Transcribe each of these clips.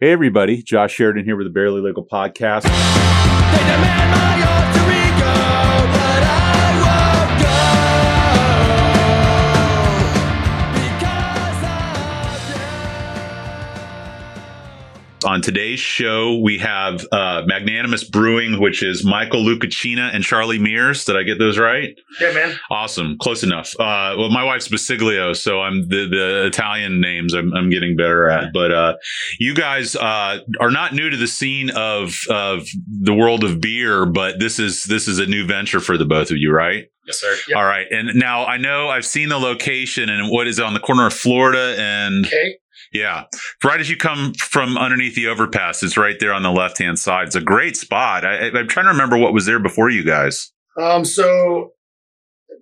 Hey, everybody. Josh Sheridan here with the Barely Legal Podcast. They demand my alter ego, but I won't go because of On today's show, we have uh, Magnanimous Brewing, which is Michael Lucacina and Charlie Mears. Did I get those right? Yeah, man. Awesome. Close enough. Uh, well, my wife's Basiglio, so I'm the, the Italian names I'm, I'm getting better at. But uh, you guys uh, are not new to the scene of of the world of beer, but this is this is a new venture for the both of you, right? Yes, sir. All right. And now I know I've seen the location and what is on the corner of Florida and Okay. Yeah. Right as you come from underneath the overpass, it's right there on the left hand side. It's a great spot. I, I- I'm trying to remember what was there before you guys. Um, so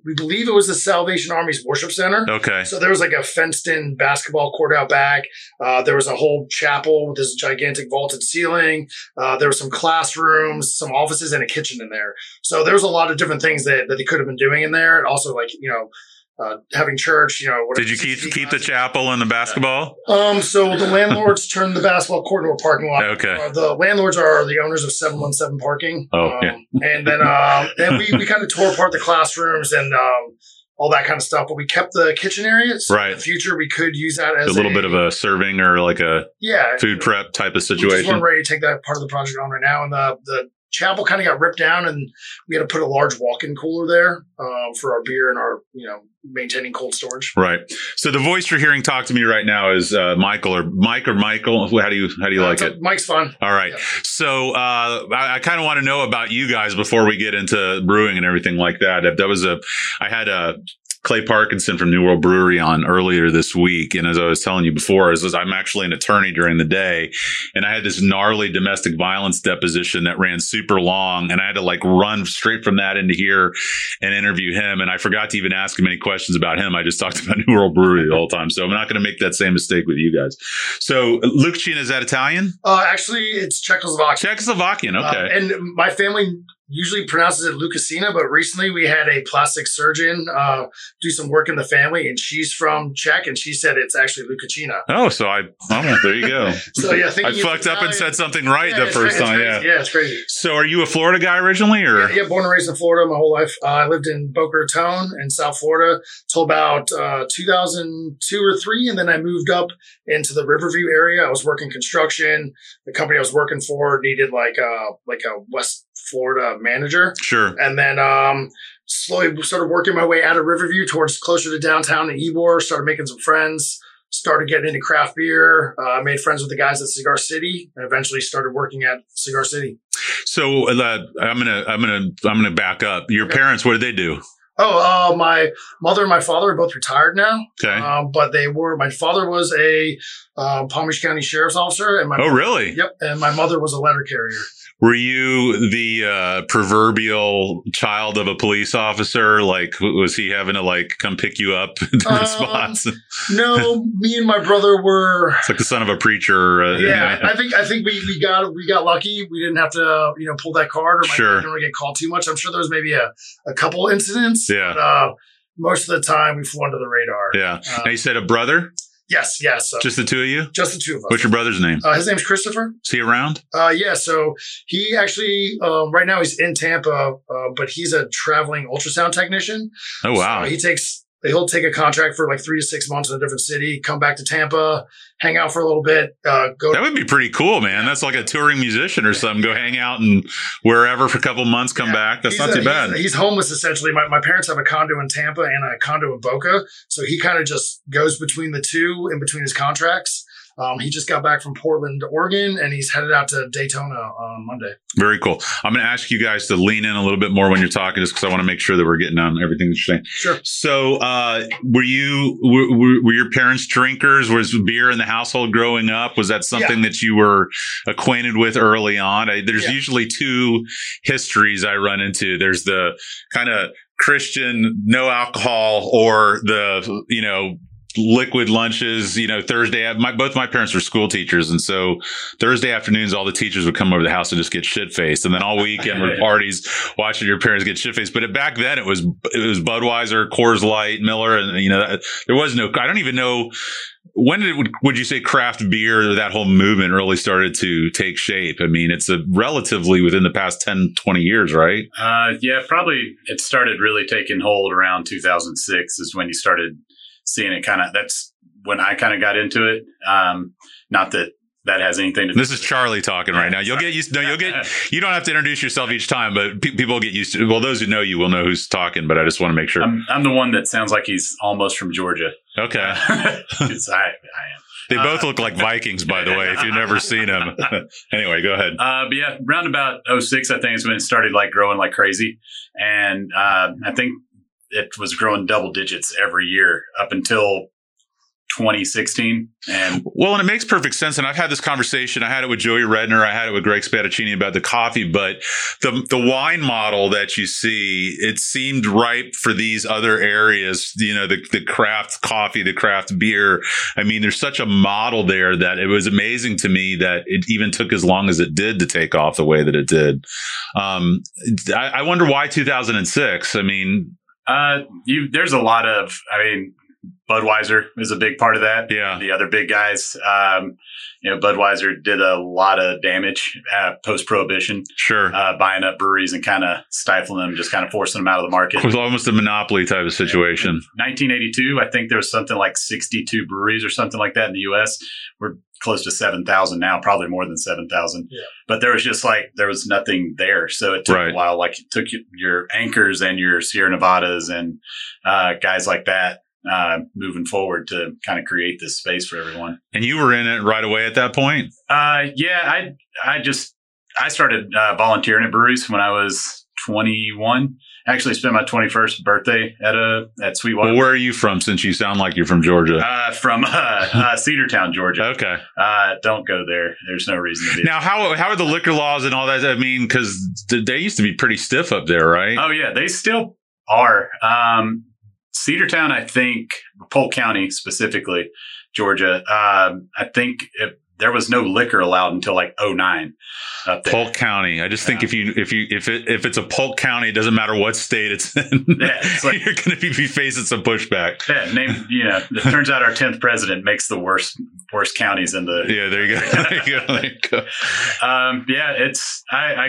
we believe it was the Salvation Army's worship center. Okay. So there was like a fenced-in basketball court out back. Uh, there was a whole chapel with this gigantic vaulted ceiling. Uh, there were some classrooms, some offices, and a kitchen in there. So there was a lot of different things that, that they could have been doing in there. And also, like you know, uh, having church. You know, Did whatever, you keep 60 keep the classes. chapel and the basketball? Um, so the landlords turned the basketball court into a parking lot. Okay. Uh, the landlords are the owners of 717 parking. Oh, um, yeah. And then uh, then we, we kind of tore apart the classrooms and um, all that kind of stuff, but we kept the kitchen areas. In Right. the future, we could use that A as little bit of a serving or like a yeah, food prep type of We just weren't situation. ready to take that part of the project on right now. And the, the chapel kind of got ripped down, and we had to put a large walk in cooler there um, for our beer and our, you know, maintaining cold storage. Right. So the voice you're hearing talk to me right now is uh, Michael or Mike or Michael. How do you how do you like Uh, it? Mike's fun. All right. Yeah. So uh, I, I kind of want to know about you guys before we get into brewing and everything like that. If that was a, I had a Clay Parkinson from New World Brewery on earlier this week, and as I was telling you before, is, is I'm actually an attorney during the day, and I had this gnarly domestic violence deposition that ran super long, and I had to like run straight from that into here and interview him, and I forgot to even ask him any questions about him. I just talked about New World Brewery the whole time, so I'm not going to make that same mistake with you guys. So Lucchina is that Italian? Uh, actually, it's Czechoslovakia. Czechoslovakian. Okay. Uh, and my family usually pronounces it Lucasina, but recently we had a plastic surgeon uh, do some work in the family, and she's from Czech, and she said it's actually Lucacina. oh, so I. Oh, there you go. So yeah, I thinking fucked up and said something right the first time. Yeah. yeah, it's crazy. So, are you a Florida guy originally, or Yeah, yeah, born and raised in Florida my whole life. Uh, I lived in Boca Raton in South Florida till about uh, 2002 or three, and then I moved up into the Riverview area. I was working construction. The company I was working for needed like a like a West Florida manager. sure? and then um, slowly started working my way out of Riverview towards closer to downtown in Ybor. Started making some friends. Started getting into craft beer. Uh, made friends with the guys at Cigar City, and eventually started working at Cigar City. So, uh, I'm gonna, I'm gonna, I'm gonna back up. Your Okay. parents, what did they do? Oh, uh, my mother and my father are both retired now, Okay. um, but they were. My father was a uh, Palm Beach County Sheriff's Officer, and my oh, really? yep, and my mother was a letter carrier. Were you the uh, proverbial child of a police officer? Like, w- was he having to like come pick you up during Um, spots? It's No, me and my brother were like the son of a preacher. Uh, yeah, I think I think we, we got we got lucky. We didn't have to uh, you know pull that card or Sure. sure. didn't really get called too much. I'm sure there was maybe a, a couple incidents. Yeah. But, uh, most of the time, we flew under the radar. yeah. Uh, Now you said a brother, yes, yes. uh, just, just the two of you. the two of us. What's your brother's name? uh, his name's Christopher. Is he around? Uh, yeah, so he actually um, right now he's in Tampa, uh, but he's a traveling ultrasound technician. Oh wow! So he takes he'll take a contract for like three to six months in a different city, come back to Tampa, hang out for a little bit, uh, go That would be pretty cool, man. That's like a touring musician or something. Go hang out and wherever for a couple months, come Yeah. back. That's He's not a- too bad. He's, he's homeless essentially. My, my parents have a condo in Tampa and a condo in Boca, so he kind of just goes between the two in between his contracts. Um, he just got back from Portland, Oregon, and he's headed out to Daytona on Monday. Very cool. I'm going to ask you guys to lean in a little bit more when you're talking, just because I want to make sure that we're getting on everything that you're saying. Sure. So, uh, were you were, were- were your parents drinkers? Was beer in the household growing up? Was that something that you were acquainted with early on? I, there's Yeah. usually two histories I run into. There's the kind of Christian no alcohol or the you know liquid lunches you know thursday my both my parents were school teachers and so thursday afternoons all the teachers would come over to the house and just get shit faced and then all weekend were parties watching your parents get shit faced but back then it was it was budweiser coors light miller and you know that, there was no i don't even know when did would, would you say craft beer that whole movement really started to take shape? I mean, it's a relatively within the past 10, 20 years, right? Uh, yeah, probably it started really taking hold around 2006 is when you started seeing it kind of. That's when I kind of got into it. Um, not that that has anything to do This is Charlie talking right now. You'll get used. No, you'll get. You don't have to introduce yourself each time, but pe- people get used to. Well, those who know you will know who's talking. But I just want to make sure. I'm, I'm the one that sounds like he's almost from Georgia. okay, 'Cause I, I am. they both look like Vikings, by the way. If you've never seen them, anyway, go ahead. Uh, but yeah, round about 06, I think is when it started like growing like crazy. And uh, I think it was growing double digits every year up until 2016. And Well, and it makes perfect sense. And I've had this conversation. I had it with Joey Redner. I had it with Greg Spadaccini about the coffee, but the the wine model that you see, it seemed ripe for these other areas. You know, the the craft coffee, the craft beer. I mean, there's such a model there that it was amazing to me that it even took as long as it did to take off the way that it did. Um, I, I wonder why 2006. I mean, uh, you, there's a lot of, I mean, Budweiser is a big part of that. yeah, The other big guys, um, you know, Budweiser did a lot of damage uh, post prohibition, sure. uh, buying up breweries and kind of stifling them, just kind of forcing them out of the market. it was almost a monopoly type of situation. 1982, I think there was something like 62 breweries or something like that in the U.S. We're close to 7,000 now, probably more than 7,000. Yeah. But there was just like there was nothing there, so it took Right. a while. Like it took y- your anchors and your Sierra Nevadas and uh, guys like that uh, moving forward to kind of create this space for everyone. And you were in it right away at that point. Uh, yeah, I I just I started uh, volunteering at breweries when I was 21. Actually, spent my 21st birthday at a at Sweetwater. Well, where are you from? Since you sound like you're from Georgia. uh, from uh, uh, Cedartown, Georgia. okay. Uh, don't go there. There's no reason to be. Now, how how are the liquor laws and all that? I mean, because they used to be pretty stiff up there, right? oh yeah, they still are. Um, Cedartown, I think Polk County specifically, Georgia. Um, I think it, there was no liquor allowed until like 09 up there. Polk County. I just think Yeah. if you if you if it if it's a Polk County, it doesn't matter what state it's in. Yeah, it's like- you're going to be, be facing some pushback. Yeah, name you know. It turns out our tenth president makes the worst worst counties in the Yeah, there you go. There you go. There you go. um, yeah, it's I, I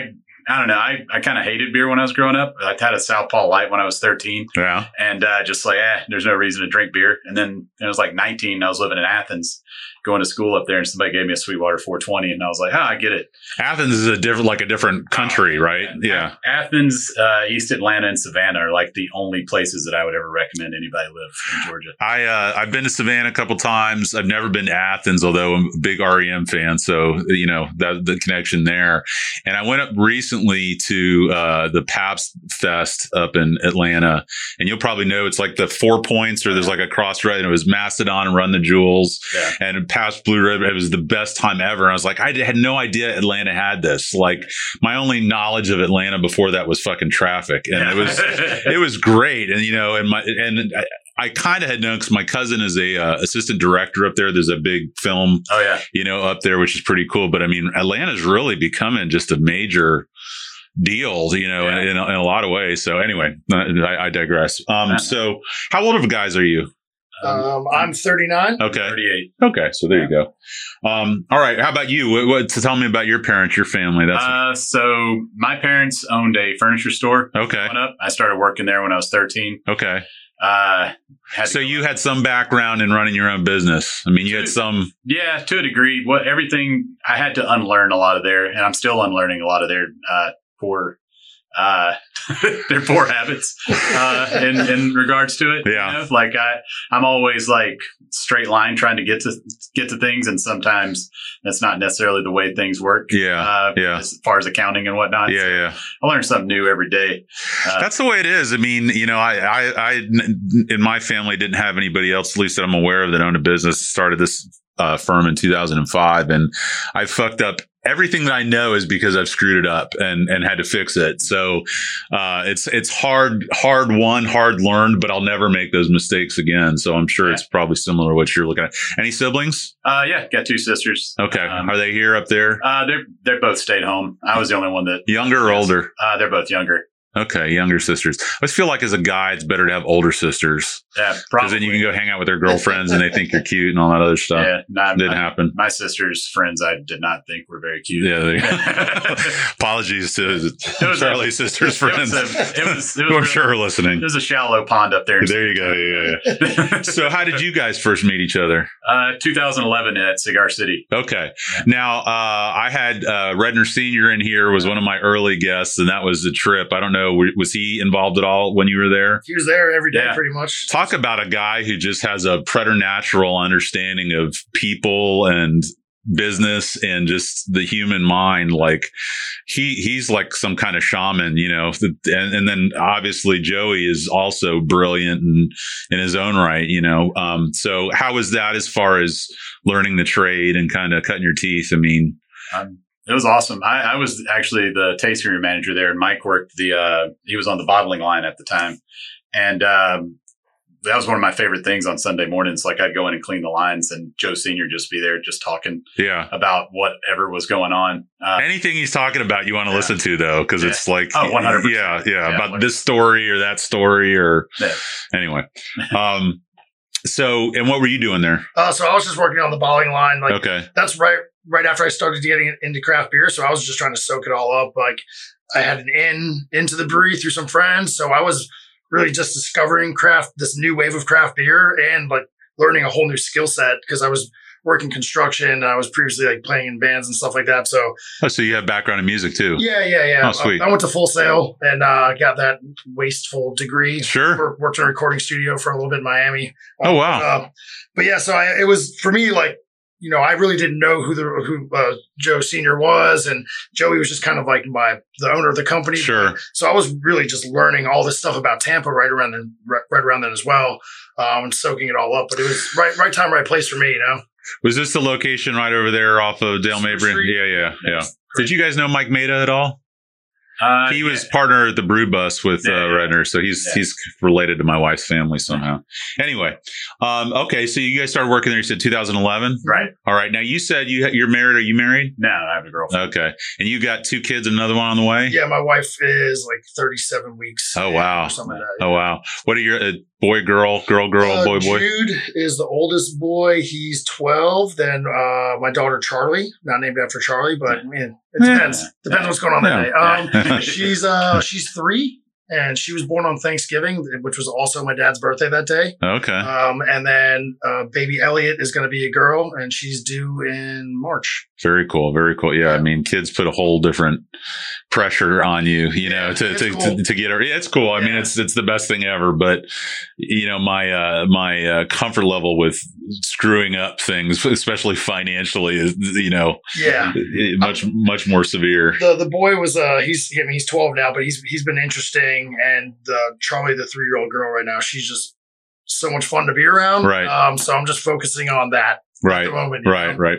I don't know. I, I kind of hated beer when I was growing up. I had a Southpaw Light when I was thirteen. Yeah. and uh, just like, eh, there's no reason to drink beer. And then it was like 19. I was living in Athens, going to school up there, and somebody gave me a Sweetwater 420, and I was like, ah, I get it. Athens is a different like a different country, right? Yeah. Athens, uh, East Atlanta, and Savannah are like the only places that I would ever recommend anybody live in Georgia. I uh, I've been to Savannah a couple times. I've never been to Athens, although I'm a big REM fan, so you know that the connection there. And I went up recently to uh, the Pabst Fest up in Atlanta, and you'll probably know it's like the Four Points, or there's like a crossroad, and it was Mastodon and Run the Jewels, Yeah. and Pabst Blue Ribbon. It was the best time ever. And I was like, I had no idea Atlanta had this. Like my only knowledge of Atlanta before that was fucking traffic, and it was it was great and you know and my and i, I kind of had known because my cousin is a uh, assistant director up there there's a big film oh yeah, you know up there which is pretty cool but i mean atlanta's really becoming just a major deal you know in, in, a, in a lot of ways so anyway uh, i, I digress um so how old of guys are you um, Um, I'm 39. okay 38. okay so there you go um all right how about you what, what to tell me about your parents your family that's Uh, so my parents owned a furniture store. okay growing Up. I started working there when I was 13. okay Uh, had to so go- you had some background in running your own business i mean you had some Yeah, to a degree. What everything I had to unlearn a lot of their, and I'm still unlearning a lot of their uh, poor, uh, their poor habits uh, in in regards to it. Yeah. know? like I, I'm always like straight line trying to get to get to things, and sometimes that's not necessarily the way things work. yeah Uh, yeah As far as accounting and whatnot, yeah yeah I learn something new every day. Uh, That's the way it is. I mean, you know, I, I, I, in my family didn't have anybody else, at least that I'm aware of, that owned a business. Started this uh, firm in 2005, and I fucked up. Everything that I know is because I've screwed it up and and had to fix it. So uh, it's it's hard hard won, hard learned, but I'll never make those mistakes again. So I'm sure it's probably similar to what you're looking at. Any siblings? Uh, yeah, got two sisters. Okay, Um, are they here up there? Uh, they're they are both stayed home. I was the only one that Younger or yes. older? uh, they're both younger. Okay, younger sisters. I just feel like as a guy, it's better to have older sisters Yeah, because probably. then you can go hang out with their girlfriends and they think you're cute and all that other stuff. Yeah, not, Didn't my, happen. my sister's friends. I did not think were very cute. Yeah. There you go. Apologies to was a- Charlie's sister's friends. It was. A, it was, it was who I'm really- sure are listening. It was a shallow pond up there. There you go. Yeah, yeah. So, how did you guys first meet each other? Uh, 2011 at Cigar City. Okay. Now, uh, I had uh, Redner Senior in here was one of my early guests, and that was the trip. I don't know, w- was he involved at all when you were there? He was there every day, Yeah. pretty much. Talk about a guy who just has a preternatural understanding of people and business and just the human mind. Like he he's like some kind of shaman, you know. th- And, and then obviously Joey is also brilliant and in his own right, you know. Um, so how was that as far as learning the trade and kind of cutting your teeth? I mean, Um, it was awesome. I, I was actually the tasting room manager there, and Mike worked the. Uh, he was on the bottling line at the time, and um, that was one of my favorite things on Sunday mornings. Like I'd go in and clean the lines, and Joe Senior just be there, just talking yeah. about whatever was going on. Uh, Anything he's talking about, you want to Yeah. listen to though, because it's like, Oh, 100%. yeah, yeah, Yeah, about 100%. this story or that story or Yeah. anyway. Um, so, and what were you doing there? Uh, so I was just working on the bottling line. Like okay, that's right, right after I started getting into craft beer. So I was just trying to soak it all up. Like I had an in into the brewery through some friends. So I was really just discovering craft, this new wave of craft beer and like learning a whole new skill set because I was working construction. And I was previously like playing in bands and stuff like that. So oh, so you have background in music too? yeah, yeah, yeah. Oh, sweet. I, I went to full sale and uh, got that wasteful degree. Sure. Wor- Worked in a recording studio for a little bit in Miami. Oh wow. Um, but yeah, so I, it was for me like you know I really didn't know who the who uh, Joe Senior was, and Joey was just kind of like my the owner of the company. Sure. So I was really just learning all this stuff about Tampa right around then, right, right around then as well, um, and soaking it all up. But it was right right time, right place for me. You know, Was this the location right over there off of Dale Spruce Mabry? Street. Yeah, yeah, yeah. Did you guys know Mike Maida at all? uh, He was partner at the Brew Bus with Yeah, uh, yeah. Redner, so he's Yeah. he's related to my wife's family somehow. Anyway, um, okay, so you guys started working there. You said 2011. right All right. Now you said you you're married. Are you married? now. I have a girlfriend. Okay. And you got two kids, another one on the way. yeah, my wife is like thirty seven weeks. Oh, wow. or something like that. Oh wow. What are your uh, boy, girl, girl, girl, Uh, boy, boy? Jude is the oldest boy. He's 12. Then uh, my daughter Charlie, not named after Charlie, but man, it Yeah. depends. Depends what's going on that day. Um, Yeah. she's uh she's three and she was born on thanksgiving which was also my dad's birthday that day Okay. um and then uh baby elliot is going to be a girl and she's due in march Very cool. Very cool. Yeah. I mean, kids put a whole different pressure on you, you know, Yeah, to, it's to, cool. to, to get her. Yeah, it's cool. I mean, Yeah. it's, it's the best thing ever, but you know, my, uh, my, uh, comfort level with screwing up things, especially financially is, you know, yeah much, much more severe. the the boy was uh he's I mean, he's 12 now but he's he's been interesting and uh, charlie the three-year-old girl right now she's just so much fun to be around Right. um so i'm just focusing on that at Right. the moment you Right, know? right.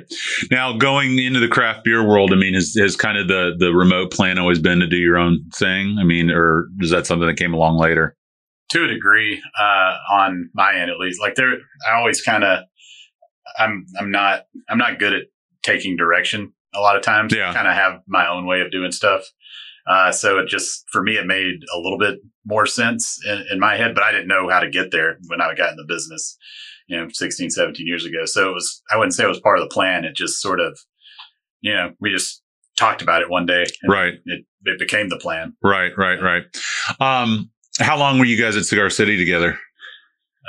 Now going into the craft beer world, I mean, has, has kind of the the remote plan always been to do your own thing? I mean, or is that something that came along later? to a degree uh, on my end at least like there i always kind of i'm i'm not i'm not good at taking direction a lot of times Yeah. kind of have my own way of doing stuff uh, so it just for me it made a little bit more sense in, in my head but i didn't know how to get there when i got in the business you know 16 17 years ago so it was i wouldn't say it was part of the plan it just sort of you know we just talked about it one day and Right, it, it became the plan right, right, right. Um, how long were you guys at Cigar City together?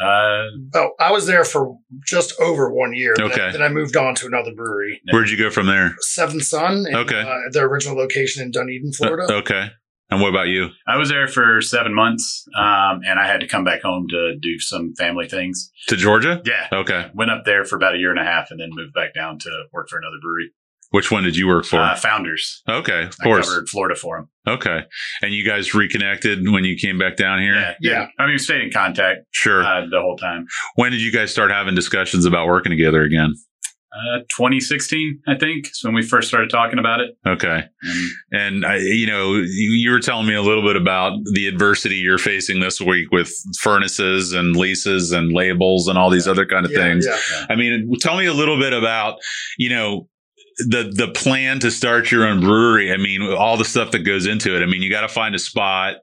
uh, oh i was there for just over one year Then- Okay. then i moved on to another brewery Yeah. Where'd you go from there? Seventh Son. in, Okay. Uh, their original location in Dunedin, Florida. Uh, okay. And what about you? I was there for seven months, um, and I had to come back home to do some family things. To Georgia? Yeah, Okay. went up there for about a year and a half, and then moved back down to work for another brewery. Which one did you work for? Uh, Founders, okay, of I course. covered Florida for them. Okay. And you guys reconnected when you came back down here? Yeah, Yeah. I mean, we stayed in contact Sure. uh, the whole time. when did you guys start having discussions about working together again? Uh, 2016, I think, is when we first started talking about it. Okay. And And I, you know, you, you were telling me a little bit about the adversity you're facing this week with furnaces and leases and labels and all these other kind of Yeah, things. yeah. I mean, tell me a little bit about, you know, the the plan to start your own brewery. I mean, all the stuff that goes into it. I mean, you got to find a spot.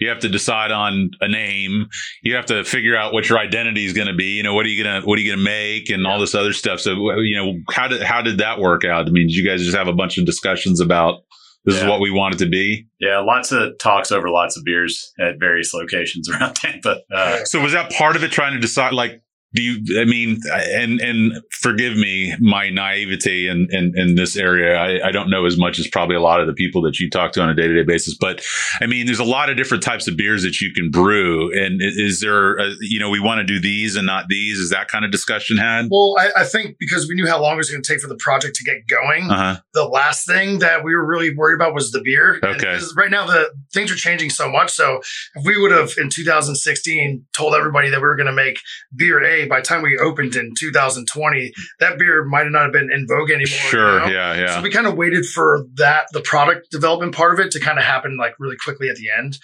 You have to decide on a name. You have to figure out what your identity is going to be. You know, what are you gonna what are you gonna make and all this other stuff. So, you know, how did how did that work out? I mean, did you guys just have a bunch of discussions about this is Yeah. what we want it to be? Yeah, lots of talks over lots of beers at various locations around Tampa. Uh, So was that part of it trying to decide like do you I mean and and forgive me my naivety in in, in this area. I, I don't know as much as probably a lot of the people that you talk to on a day-to-day basis, but I mean there's a lot of different types of beers that you can brew and i- is there a, you know we want to do these and not these is that kind of discussion had? Well, I, I think because we knew how long it was going to take for the project to get going, Uh-huh. the last thing that we were really worried about was the beer. And Okay. this- right now, the things are changing so much. So if we would have in 2016 told everybody that we were going to make beer A, by the time we opened in 2020, that beer might not have been in vogue anymore. you Sure, know? yeah, yeah. So we kind of waited for that, the product development part of it to kind of happen like really quickly at the end.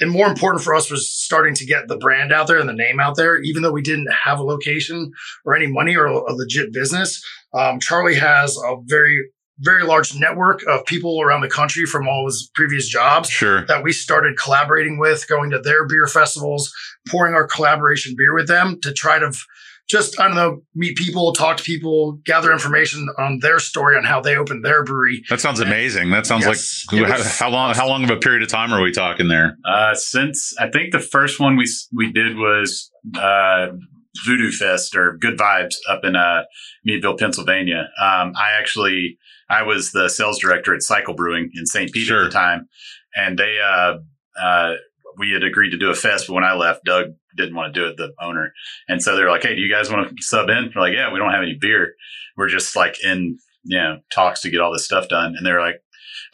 And more important for us was starting to get the brand out there and the name out there, even though we didn't have a location or any money or a legit business. Um, Charlie has a very, very large network of people around the country from all his previous jobs sure. that we started collaborating with, going to their beer festivals, pouring our collaboration beer with them to try to f- just, I don't know, meet people, talk to people, gather information on their story on how they opened their brewery. That sounds amazing. That sounds Yes. like It how, was- how long how long of a period of time are we talking there? Uh, since I think the first one we s- we did was uh, Voodoo Fest or Good Vibes up in uh, Meadville, Pennsylvania. Um, I actually I was the sales director at Cycle Brewing in St. Pete Sure. at the time, and they uh, uh, we had agreed to do a fest, but when I left, Doug didn't want to do it, the owner, and so they were like, "Hey, do you guys want to sub in?" We're like, "Yeah, we don't have any beer. We're just like in you know talks to get all this stuff done," and they were like.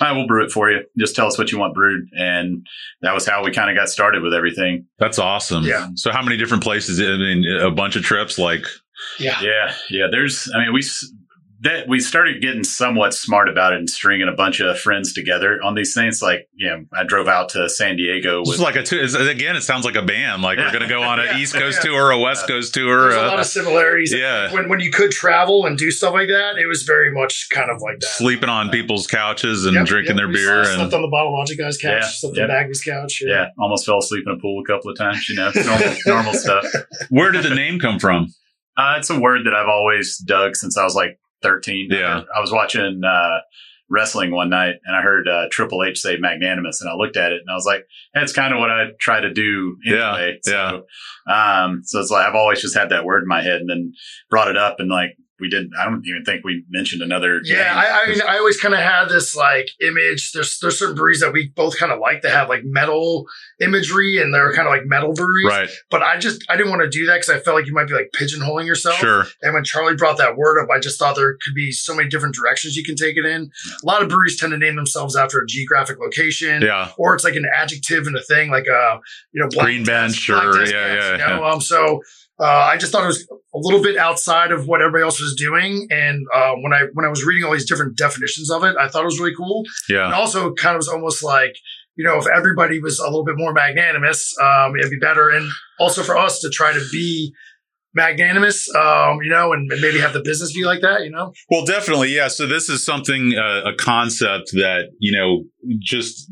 I will brew it for you. Just tell us what you want brewed, and that was how we kind of got started with everything. That's awesome. Yeah. So how many different places? I mean, a bunch of trips. Like, Yeah. Yeah, yeah. There's, I mean, we s- that we started getting somewhat smart about it and stringing a bunch of friends together on these things. Like, you know, I drove out to San Diego It's with like a two, it's, again, it sounds like a band. Like we're Yeah. going to go on an Yeah. East Coast Yeah. tour, a West Coast tour. There's a lot Uh, of similarities. yeah, When, when you could travel and do stuff like that, it was very much kind of like that. sleeping on people's couches and Yep, drinking yep. their We beer. slept And on the bottle logic guy's couch, Yeah, slept yeah. on Bagby's couch. yeah, almost fell asleep in a pool a couple of times. You know, normal, normal stuff. where did the name come from? Uh, it's a word that I've always dug since I was like 13. Yeah. I was watching uh, wrestling one night and I heard uh, Triple H say magnanimous and I looked at it and I was like, that's kind of what I try to do Yeah, anyway. So, Um, so it's like I've always just had that word in my head and then brought it up and like we didn't, I don't even think we mentioned another. Yeah, name. I, I mean, I always kind of had this like image. There's there's certain breweries that we both kind of like that have like metal imagery, and they're kind of like metal breweries. Right. But I just I didn't want to do that because I felt like you might be like pigeonholing yourself. Sure. And when Charlie brought that word up, I just thought there could be so many different directions you can take it in. A lot of breweries tend to name themselves after a geographic location, Yeah. or it's like an adjective and a thing, like uh, you know, black Green bench black or desk yeah, ads, yeah, you know? Um, so uh, I just thought it was a little bit outside of what everybody else was doing, and uh, when I when I was reading all these different definitions of it, I thought it was really cool, and yeah. also kind of was almost like. You know, if everybody was a little bit more magnanimous, um, it'd be better. And also for us to try to be magnanimous, um, you know, and maybe have the business be like that, you know? Well, definitely, yeah. So this is something uh, a concept that you know just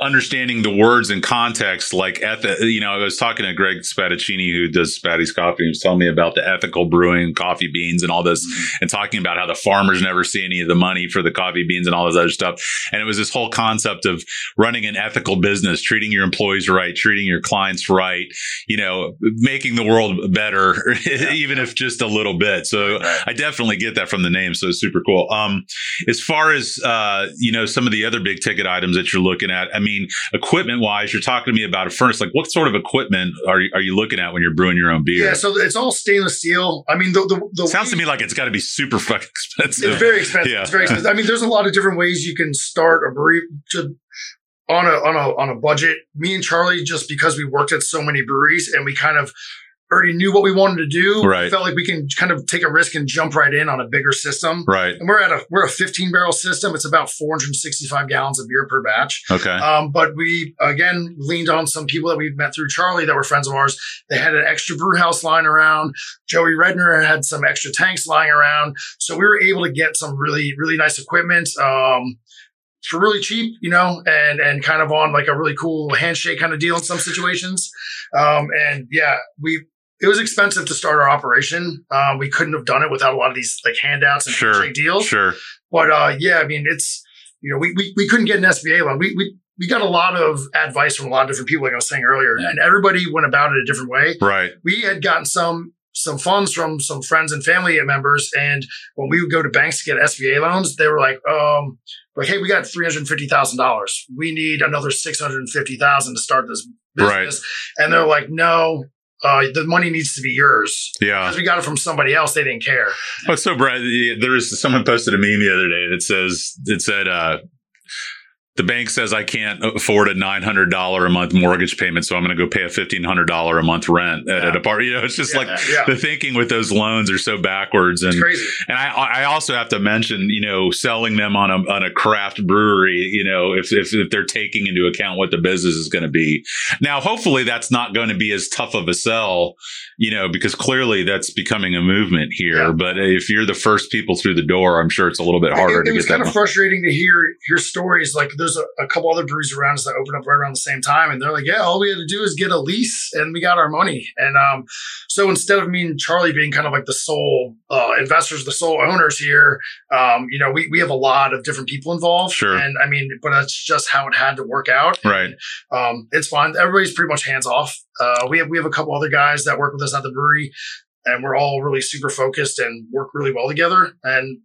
understanding the words in context like eth- you know i was talking to greg spadaccini who does spatty's coffee he was telling me about the ethical brewing coffee beans and all this and talking about how the farmers never see any of the money for the coffee beans and all this other stuff. And it was this whole concept of running an ethical business, treating your employees right, treating your clients right, you know, making the world better, even if just a little bit. So Right. I definitely get that from the name. So it's super cool. Um, as far as, uh, you know, some of the other big ticket items that you're looking at, I mean, equipment wise, you're talking to me about a furnace. Like what sort of equipment are you, are you looking at when you're brewing your own beer? Yeah, so it's all stainless steel. I mean, the, the, the Sounds to way- me like it's got to be super fucking expensive. It's very expensive. Yeah. It's very expensive. I mean, there's a lot of different ways you can start a brewery to, on a on a on a budget. Me and Charlie, just because we worked at so many breweries and we kind of already knew what we wanted to do. Right. Felt like we can kind of take a risk and jump right in on a bigger system. Right. And we're at a we're a 15 barrel system. It's about 465 gallons of beer per batch. Okay. Um, but we again leaned on some people that we met through Charlie that were friends of ours. They had an extra brew house lying around. Joey Redner had some extra tanks lying around, so we were able to get some really really nice equipment. Um, for really cheap, you know, and and kind of on like a really cool handshake kind of deal in some situations. Um, and yeah, we it was expensive to start our operation. Uh, we couldn't have done it without a lot of these like handouts and Sure. handshake deals. Sure. But uh, yeah, I mean, it's you know, we we, we couldn't get an SBA loan. We, we we got a lot of advice from a lot of different people, like I was saying earlier, Yeah. and everybody went about it a different way. Right. We had gotten some some funds from some friends and family members, and when we would go to banks to get SBA loans, they were like, um, like, hey, we got three hundred fifty thousand dollars. We need another six hundred fifty thousand to start this Right. business, and they're like, no. Uh, the money needs to be yours Yeah. because we got it from somebody else. They didn't care. Oh, it's so Brad, there was someone posted a meme the other day that says it said uh, the bank says I can't afford a nine hundred dollar a month mortgage payment, so I'm going to go pay a fifteen hundred dollar a month rent at Yeah. an apartment. You know, it's just Yeah, like yeah, the thinking with those loans are so backwards and. it's crazy. And I, I also have to mention, you know, selling them on a on a craft brewery, you know, if if, if they're taking into account what the business is going to be. Now, hopefully, that's not going to be as tough of a sell, you know, because clearly that's becoming a movement here. Yeah. But if you're the first people through the door, I'm sure it's a little bit harder it, it to was get that. kind of One. frustrating to hear hear stories like there's a, a couple other breweries around us that open up right around the same time and they're like yeah all we had to do is get a lease and we got our money and um so instead of me and charlie being kind of like the sole uh, investors the sole owners here um you know we, we have a lot of different people involved Sure. and i mean but that's just how it had to work out Right. um it's fine everybody's pretty much hands off uh we have we have a couple other guys that work with us at the brewery and we're all really super focused and work really well together and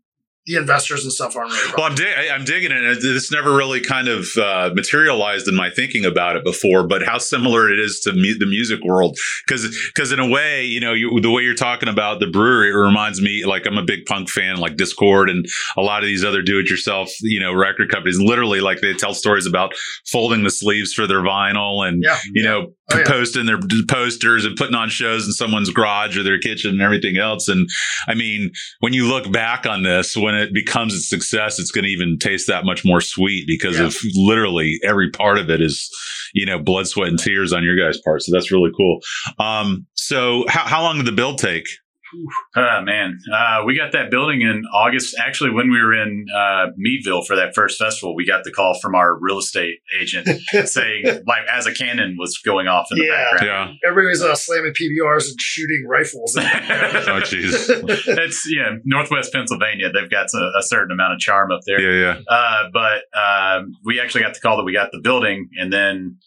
the investors and stuff aren't really Well, I'm, dig- I- I'm digging it. and This never really kind of uh, materialized in my thinking about it before, but how similar it is to mu- the music world. Because, in a way, you know, you, the way you're talking about the brewery, it reminds me, like, I'm a big punk fan, like Discord and a lot of these other do it yourself, you know, record companies. Literally, like, they tell stories about folding the sleeves for their vinyl and, Yeah. you know, Oh, yeah. posting their d- posters and putting on shows in someone's garage or their kitchen and everything else. And I mean, when you look back on this, when it becomes a success, it's going to even taste that much more sweet because Yeah. of literally every part of it is, you know, blood, sweat, and tears on your guys' part. So that's really cool. Um, so how, how long did the build take? Oh man, uh, we got that building in August. Actually, when we were in uh, Meadville for that first festival, we got the call from our real estate agent saying, like, as a cannon was going off in the Yeah. Yeah. everybody's uh, slamming pbrs and shooting rifles background. Oh, jeez. That's yeah, Northwest Pennsylvania. They've got a, a certain amount of charm up there. Yeah, yeah. Uh, but um, we actually got the call that we got the building, and then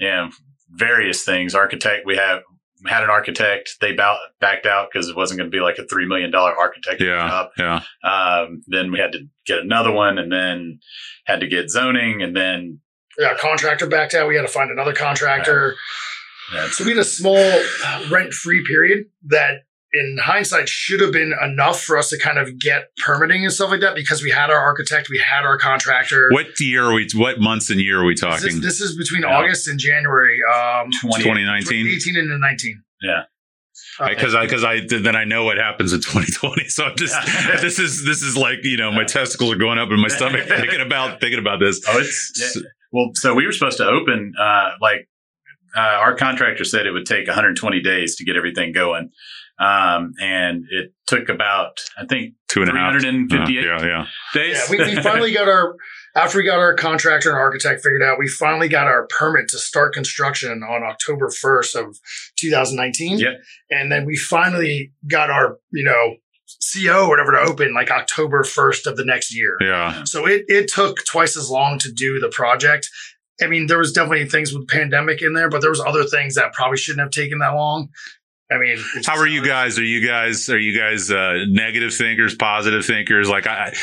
yeah, various things. Architect, we have had an architect. They bow- backed out because it wasn't going to be like a three million dollar architect Yeah. job. Yeah. Um, then we had to get another one, and then had to get zoning, and then yeah contractor backed out we had to find another contractor that's so we had a small rent free period that in hindsight should have been enough for us to kind of get permitting and stuff like that because we had our architect we had our contractor What year are we, what months and year are we This is- talking? This, is between Yeah. August and January. Um, 20. 2019? 18 and 19. Yeah. Uh, because I because I then I know what happens in 2020. So I'm just Yeah. this is this is like you know my testicles are going up in my stomach thinking about thinking about this. Oh, it's yeah. well. So we were supposed to open. Uh, like uh, our contractor said, it would take 120 days to get everything going, um, and it took about I think Two and a half. 358 Uh, yeah, yeah. days. yeah, we, we finally got our, after we got our contractor and architect figured out, we finally got our permit to start construction on October 1st of 2019. Yep. And then we finally got our, you know, CO or whatever to open like October 1st of the next year. Yeah. So it it took twice as long to do the project. I mean, there was definitely things with pandemic in there, but there was other things that probably shouldn't have taken that long. I mean, it's How just- are you guys? Are you guys are you guys uh, negative thinkers, positive thinkers? Like I,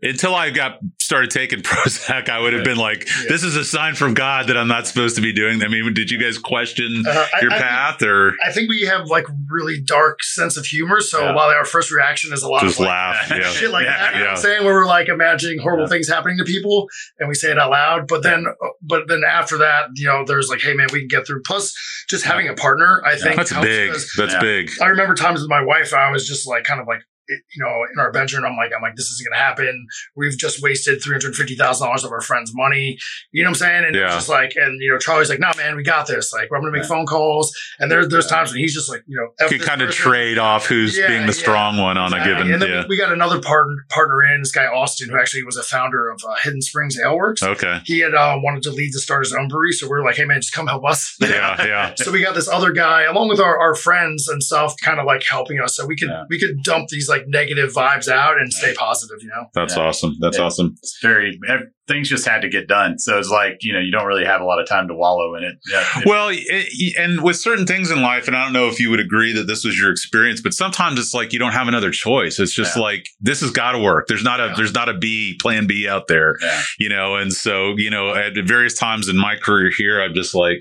until I got started taking Prozac, I would have Right. been like, "This is a sign from God that I'm not supposed to be doing." that." I mean, did you guys question Uh, I- your I, path or I think we have like really dark sense of humor. So Yeah. while our first reaction is a lot just of like, uh, laugh? yeah. Yeah. shit like that, you know what Yeah. I'm saying where we're like imagining horrible Yeah. things happening to people and we say it out loud. But then, uh, but then after that, you know, there's like, hey man, we can get through. Plus, just having a partner, I think That's helps big. 'cause That's Yeah. big. I remember times with my wife, I was just like, kind of like, it- you know, in our bedroom, I'm like, I'm like, this isn't gonna happen. We've just wasted three hundred fifty thousand dollars of our friends' money. You know what I'm saying? And it's Yeah. just like, and you know, Charlie's like, no, man, we got this. Like, I'm gonna make Right. phone calls. And there's there's Yeah. times when he's just like, you know, F You this could kind of person. trade off who's Yeah, being yeah. the strong one on a Exactly. given. And then Yeah. we, we got another partner partner in this guy Austin, who actually was a founder of uh, Hidden Springs Ale Works. Okay. He had uh, wanted to lead to start his own brewery, so we were like, hey man, just come help us. Yeah. Yeah. so we got this other guy along with our, our friends and stuff kind of like helping us so we could Yeah. we could dump these like negative vibes out and stay Right. positive you know That's Yeah. awesome. That's Yeah. awesome. It's very ev- things just had to get done. So it's like you know you don't really have a lot of time to wallow in it. Yeah, it- Well, it, and with certain things in life, and I don't know if you would agree that this was your experience, but sometimes it's like you don't have another choice. It's just Yeah. like this has got to work. There's not a Yeah. there's not a B plan B out there, Yeah. you know. And so you know, at various times in my career here, I'm just like.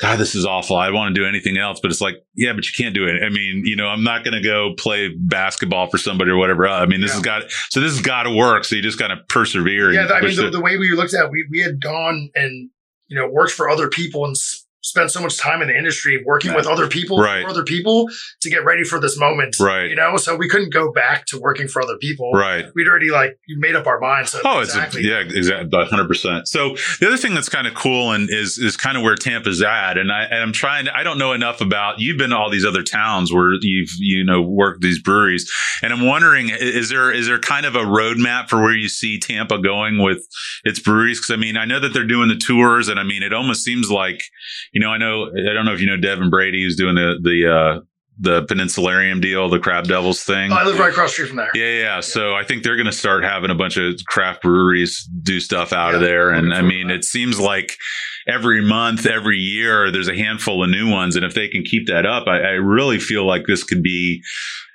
God, this is awful. I want to do anything else, but it's like, yeah, but you can't do it. I mean, you know, I'm not going to go play basketball for somebody or whatever. uh, I mean, this Yeah. has got so this has got to work. So you just got to persevere. and yeah i mean push the, through. the way we looked at it, we, we had gone and you know worked for other people and s- spent so much time in the industry working Right. with other people Right. for other people to get ready for this moment Right. you know so we couldn't go back to working for other people right. we'd already like made up our minds so Oh, it's a, yeah, exactly, hundred percent. So the other thing that's kind of cool and is is kind of where Tampa's at, and I and I'm trying. To, I don't know enough about. You've been to all these other towns where you've you know worked these breweries, and I'm wondering i- is there is there kind of a roadmap for where you see Tampa going with its breweries? Because I mean, I know that they're doing the tours, and I mean, it almost seems like you know. I know I don't know if you know Devin Brady who's doing the the uh, the Peninsularium deal, the Crab Devils thing. Oh, i live right across the street from there Yeah, yeah. So I think they're going to start having a bunch of craft breweries do stuff out of Yeah, there. And I wonderful. mean, it seems like every month, every year, there's a handful of new ones. And if they can keep that up, I, I really feel like this could be.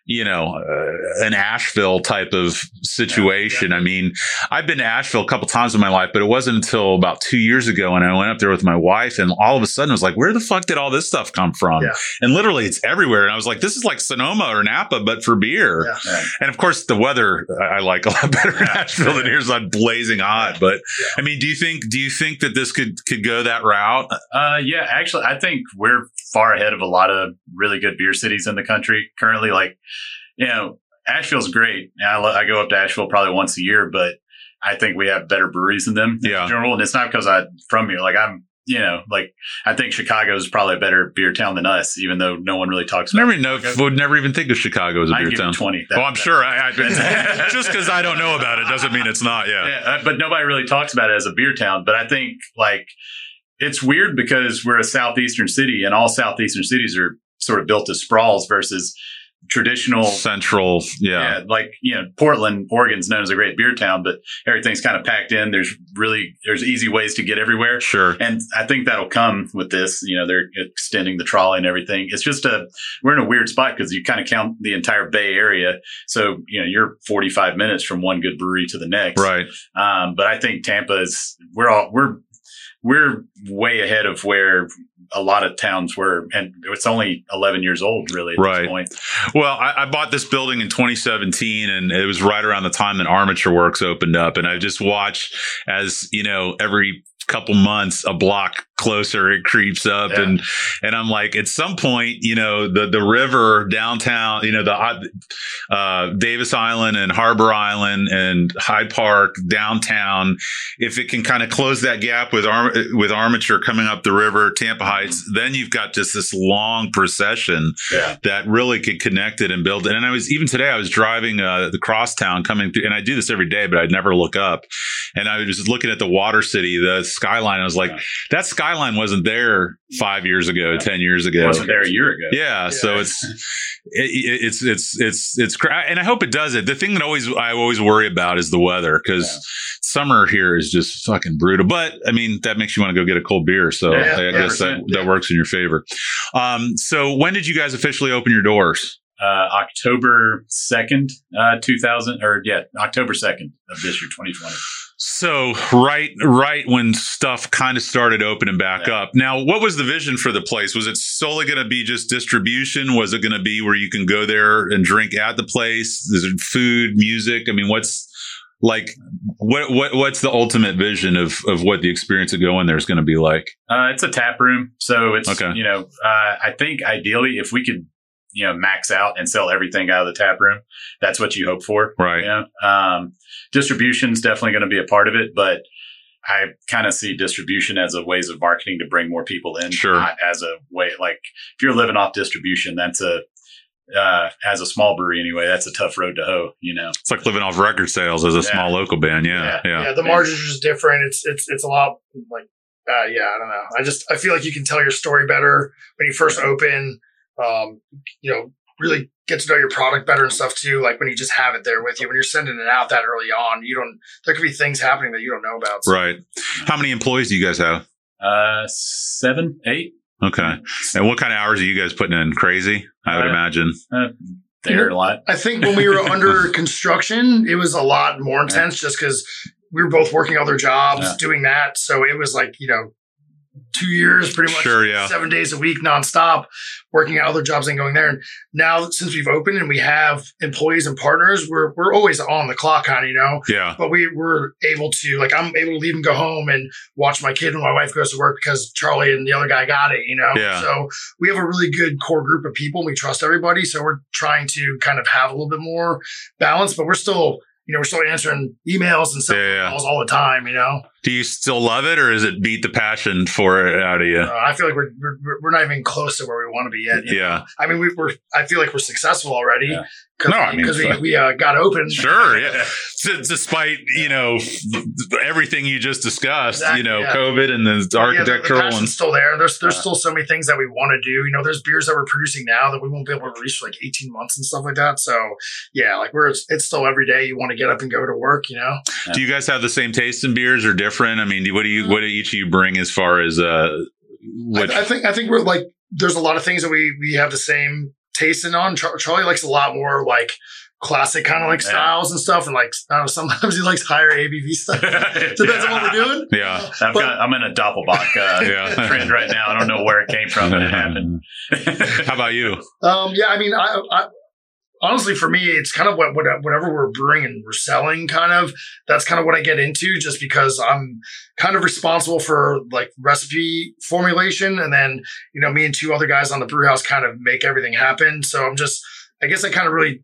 You know, uh, an Asheville type of situation. I mean, I've been to Asheville a couple times in my life, but it wasn't until about two years ago when I went up there with my wife, and all of a sudden I was like, "Where the fuck did all this stuff come from?" Yeah. And literally, it's everywhere. And I was like, "This is like Sonoma or Napa, but for beer." Yeah. yeah. And of course, the weather I I like a lot better in Nashville than here's on blazing hot. But I mean, do you think do you think that this could could go that route? Uh, yeah, actually, I think we're far ahead of a lot of really good beer cities in the country currently. Like, you know, Asheville's great. And I, lo- I go up to Asheville probably once a year, but I think we have better breweries than them in Yeah. general. And it's not because I'm from here. Like, I'm, you know, like I think Chicago is probably a better beer town than us, even though no one really talks about. Never it. even know. Would never even think of Chicago as a I beer give it town. twenty. Oh, I'm sure. I, I, That- just because I don't know about it doesn't mean it's not. Yeah. yeah, uh, but nobody really talks about it as a beer town. But I think like it's weird because we're a southeastern city, and all southeastern cities are sort of built as sprawls versus traditional. Central. Yeah. Yeah, like you know, Portland, Oregon's known as a great beer town, but everything's kind of packed in. There's really there's easy ways to get everywhere, Sure. and I think that'll come with this. You know, they're extending the trolley and everything. It's just a we're in a weird spot because you kind of count the entire Bay Area, so you know you're 45 minutes from one good brewery to the next, Right. um, but I think Tampa is we're all we're we're way ahead of where a lot of towns were, and it's only 11 years old really at Right. this point. Well, I, I bought this building in 2017, and it was right around the time that Armature Works opened up. And I just watched as you know every couple months a block closer it creeps up, Yeah. and and I'm like, at some point, you know, the the river downtown, you know, the uh, Davis Island and Harbor Island and Hyde Park downtown, if it can kind of close that gap with arm with Armature coming up the river, Tampa Heights, then you've got just this long procession Yeah, that really could connect it and build it. And I was even today I was driving uh, the crosstown coming through, and I do this every day, but I'd never look up. And I was just looking at the water city, the skyline. I was like, Yeah. that skyline wasn't there five years ago, Yeah. ten years it ago. wasn't there a year ago. Yeah, so it's it, it- it's it's it's it's cra- and I hope it does it. The thing that always I always worry about is the weather because Yeah. summer here is just fucking brutal. But I mean that makes you want to go get a cold beer, so Yeah, I, I guess that 100%, that works in your favor. Um, so when did you guys officially open your doors? uh, October 2nd, uh, 2000, or yeah, October 2nd of this year, 2020. So right, right when stuff kind of started opening back Yeah. up. Now, what was the vision for the place? Was it solely going to be just distribution? Was it going to be where you can go there and drink at the place? Is it food, music? I mean, what's like what what what's the ultimate vision of of what the experience of going there is going to be like? Uh, it's a tap room, so it's Okay. you know uh, I think ideally if we could you know max out and sell everything out of the tap room, that's what you hope for. Right. You know? um, distribution's definitely going to be a part of it, but I kind of see distribution as a ways of marketing to bring more people in, Sure. not as a way like if you're living off distribution, that's a uh, as a small brewery anyway, that's a tough road to hoe. You know, It's like living off record sales as a Yeah. small local band. Yeah, yeah. Yeah, the margins are just different. It's it's it's a lot like uh, yeah, I don't know. I just I feel like you can tell your story better when you first open. Um, you know, really get to know your product better and stuff too. Like when you just have it there with you, when you're sending it out that early on, you don't. There could be things happening that you don't know about. So Right. How many employees do you guys have? uh, seven, eight, Okay. And what kind of hours are you guys putting in? Crazy, I would Uh, imagine. there a lot. I think when we were under construction, it was a lot more intense just because we were both working other jobs, Yeah. doing that. So it was like, you know, two years pretty much Sure, yeah. seven days a week nonstop, working at other jobs and going there. And now since we've opened and we have employees and partners, we're we're always on the clock on, you know. Yeah. But we were able to like I'm able to leave and go home and watch my kid when my wife goes to work because Charlie and the other guy got it, you know? Yeah. So we have a really good core group of people. We trust everybody. So we're trying to kind of have a little bit more balance, but we're still, you know, we're still answering emails and Yeah, stuff. yeah. Calls all the time, you know. Do you still love it, or is it beat the passion for it out of you? Uh, I feel like we're, we're we're not even close to where we want to be yet. you know? Yeah, I mean, we, we're I feel like we're successful already Yeah. because No, I mean, we, we uh, got open. sure. Yeah. D- despite you know everything you just discussed, Exactly, you know yeah. COVID and the Yeah, the- the, architectural and passion's still there. There's there's Yeah. still so many things that we want to do. You know, there's beers that we're producing now that we won't be able to release for like 18 months and stuff like that. So yeah, like we're it's still every day you want to get up and go to work. You know, do you guys have the same taste in beers or different? I mean, do- what do you what do each of you bring as far as uh what? Mm. I, I think I think we're like there's a lot of things that we we have the same taste in on. Char- Charlie likes a lot more like classic kind of like Yeah. styles and stuff, and like I don't know, sometimes he likes higher ABV stuff. Depends Depends on what we're doing. yeah, I've But- got, I'm in a doppelbock uh, yeah. trend right now. I don't know where it came from, but it happened. How about you? Um, yeah, I mean, I, I honestly, for me, it's kind of what, what whatever we're brewing and we're selling, kind of that's kind of what I get into, just because I'm kind of responsible for like recipe formulation, and then you know, me and two other guys on the brew house kind of make everything happen. So I'm just, I guess, I kind of really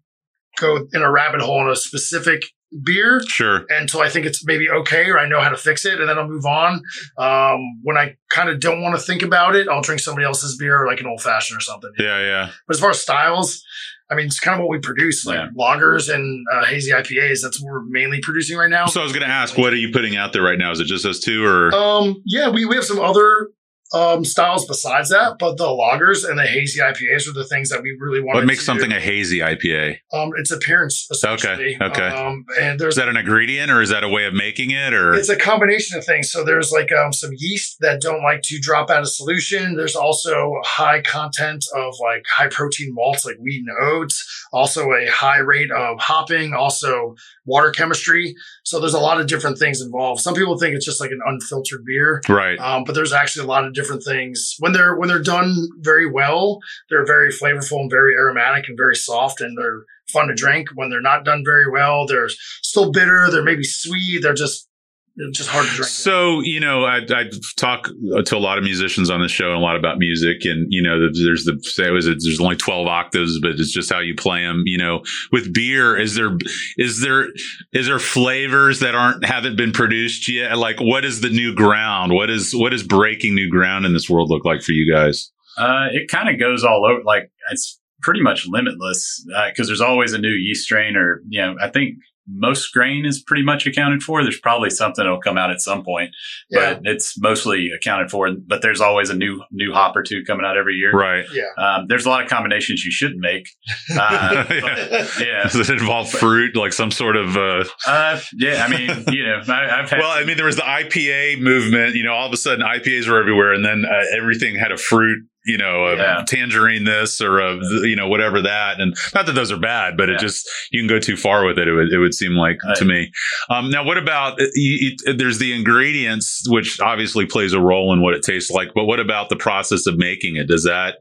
go in a rabbit hole in a specific beer Sure. until I think it's maybe okay or I know how to fix it, and then I'll move on. Um, when I kind of don't want to think about it, I'll drink somebody else's beer, like an old fashioned or something. Yeah, yeah. But as far as styles, I mean, it's kind of what we produce, like Yeah. lagers and uh, hazy IPAs. That's what we're mainly producing right now. So I was going to ask, what are you putting out there right now? Is it just those two, or um, yeah, we, we have some other um, styles besides that, but the lagers and the hazy IPAs are the things that we really want. what makes something a hazy IPA? Um, it's appearance, essentially. okay. Um, and there's Is that an ingredient, or is that a way of making it, or It's a combination of things. So there's like um, some yeast that don't like to drop out of solution. There's also high content of like high protein malts like wheat and oats. Also a high rate of hopping. Also water chemistry. So there's a lot of different things involved. Some people think it's just like an unfiltered beer. right? Um, but there's actually a lot of different things when they're when they're done very well, they're very flavorful and very aromatic and very soft and they're fun to drink. When they're not done very well, they're still bitter. They're maybe sweet. They're just they're just hard to drink. So, you know, I, I talk to a lot of musicians on the show and a lot about music. And, you know, there's the say, was it, there's only 12 octaves, but it's just how you play them. You know, with beer, is there, is there, is there flavors that aren't, haven't been produced yet? Like, what is the new ground? What is, what is breaking new ground in this world look like for you guys? Uh, it kind of goes all over. Like it's pretty much limitless because there's always a new yeast strain, or you know, I think most grain is pretty much accounted for. There's probably something that'll come out at some point, yeah, but it's mostly accounted for. But there's always a new new hop or two coming out every year. Right. yeah. Um, there's a lot of combinations you shouldn't make. Uh, Yeah. yeah, Does it involve fruit, like some sort of, uh, uh, yeah. I mean, you know, I, I've had well, I mean, there was the IPA movement. You know, all of a sudden IPAs were everywhere, and then uh, everything had a fruit you know, a Yeah. tangerine this or a, you know, whatever that. And not that those are bad, but Yeah. it just, you can go too far with it. It would, it would seem like Right. to me. Um, now what about, you, you, there's the ingredients, which obviously plays a role in what it tastes like, but what about the process of making it? Does that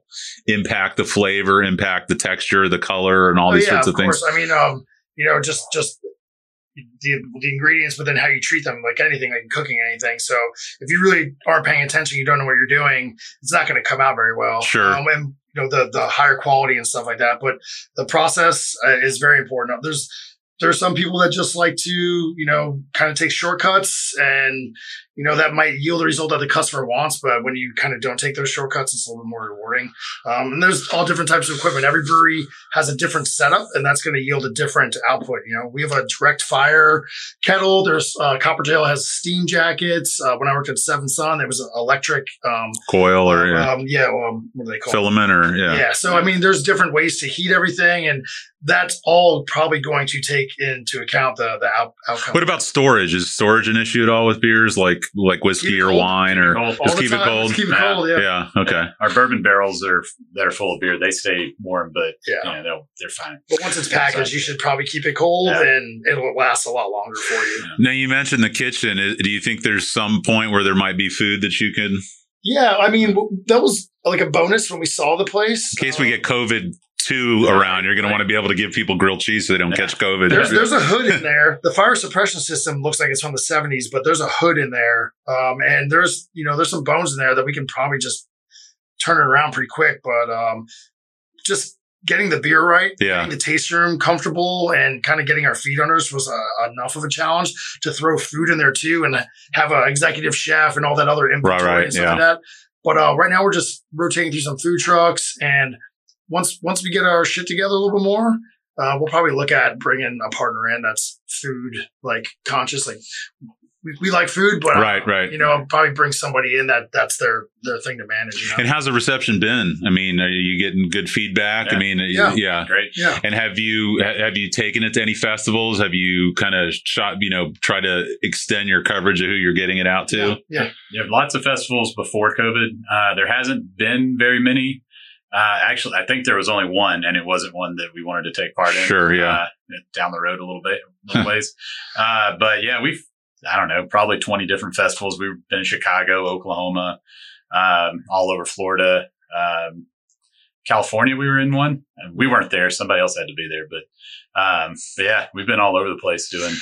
impact the flavor, impact the texture, the color and all Oh, these yeah, sorts of, things? course. I mean, um, you know, just just the, the ingredients, but then how you treat them, like anything, like cooking anything. So if you really aren't paying attention, you don't know what you're doing. It's not going to come out very well. Sure. Um, and you know the the higher quality and stuff like that. But the process uh, is very important. There's there's some people that just like to you know kind of take shortcuts and you know that might yield the result that the customer wants but when you kind of don't take those shortcuts it's a little bit more rewarding um, and there's all different types of equipment every brewery has a different setup and that's going to yield a different output you know we have a direct fire kettle there's uh, coppertail has steam jackets uh, when i worked at seven sun there was an electric um, Coil or Oh, yeah, um, yeah um, what do they call it? filament or yeah. Yeah. So I mean, there's different ways to heat everything, and that's all probably going to take into account the the out, outcome. What about storage? Is storage an issue at all with beers like like whiskey Keep it or cold. wine or Cold. All just the keep it time, cold? Just keep it Yeah. cold. Yeah. yeah, okay. Our bourbon barrels are that are full of beer. They stay warm, but Yeah. you know, they'll, they're fine. But once it's packaged, you should probably keep it cold, Yeah. and it'll last a lot longer for you. Now you mentioned the kitchen. I- Do you think there's some point where there might be food that you can, in Yeah. I mean, w- that was like a bonus when we saw the place. case we Um, get COVID two around, you're going to want to be able to give people grilled cheese so they don't Yeah. catch COVID. There's there's a hood in there. The fire suppression system looks like it's from the 70s, but there's a hood in there, um, and there's you know there's some bones in there that we can probably just turn it around pretty quick. But um, just getting the beer right, Yeah. getting the taste room comfortable, and kind of getting our feet under us was uh, enough of a challenge to throw food in there too, and have an executive chef and all that other inventory right, and stuff like that. But uh, right now we're just rotating through some food trucks, and once once we get our shit together a little bit more, uh, we'll probably look at bringing a partner in that's food like conscious. Like we, we like food, but uh, Right, right. You know, probably bring somebody in that that's their their thing to manage. You and know? how's the reception been? I mean, are you getting good feedback? I Yeah. mean, yeah. Yeah. yeah. Great. Yeah, And have you ha- have you taken it to any festivals? Have you kind of shot, you know, try to extend your coverage of who you're getting it out to? yeah, yeah. There are lots of festivals before COVID. Uh, there hasn't been very many. Uh, actually, I think there was only one, and it wasn't one that we wanted to take part in. Sure, yeah. Hmm. Uh, down the road a little bit, a little ways. Uh, but yeah, we've I don't know, probably twenty different festivals. We've been in Chicago, Oklahoma, um, all over Florida, um, California. We were in one. We weren't there. Somebody else had to be there, but um, but yeah, we've been all over the place doing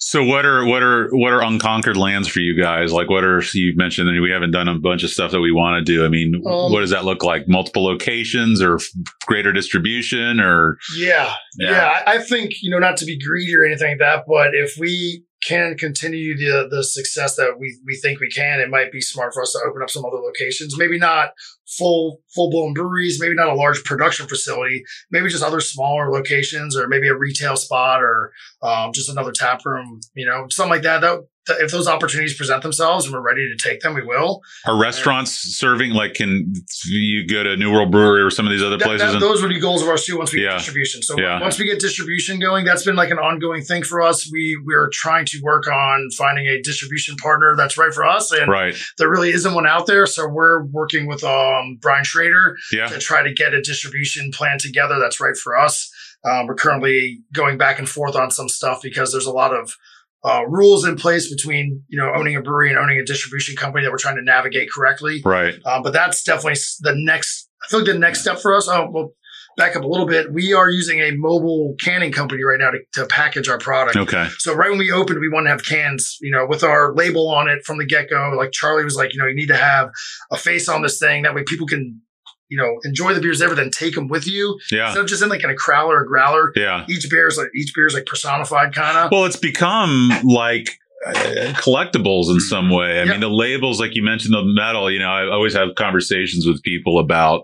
So what are what are what are unconquered lands for you guys? Like what are you mentioned that we haven't done a bunch of stuff that we want to do. I mean, Um, what does that look like? Multiple locations or f- greater distribution or yeah. yeah. Yeah, I, I think you know not to be greedy or anything like that, but if we can continue the the success that we we think we can, it might be smart for us to open up some other locations. Maybe not full full blown breweries, maybe not a large production facility, maybe just other smaller locations, or maybe a retail spot, or um, just another tap room, you know, something like that. That. that- If those opportunities present themselves and we're ready to take them, we will. are restaurants serving like can you go to New World Brewery or some of these other That- places that- and those would be goals of ours too once we Yeah. get distribution. So Yeah. once we get distribution going, that's been like an ongoing thing for us. We we're trying to work on finding a distribution partner that's right for us, and right. there really isn't one out there. So we're working with um, Brian Schrader Yeah. to try to get a distribution plan together that's right for us. Um, we're currently going back and forth on some stuff because there's a lot of uh, rules in place between you know owning a brewery and owning a distribution company that we're trying to navigate correctly. Right. Um, but that's definitely s- the next. I feel like the next step for us. Oh, well, back up a little bit. We are using a mobile canning company right now to, to package our product. Okay. So right when we opened, we want to have cans, you know, with our label on it from the get go. Like Charlie was like, you know, you need to have a face on this thing. That way people can, you know, enjoy the beers ever, then take them with you Yeah. instead of just in like in a crowler or a growler. Yeah. Each beer is like each beer is like personified, kind of. Well, it's become like uh, collectibles in some way. I Yeah. mean, the labels, like you mentioned, the metal. You know, I always have conversations with people about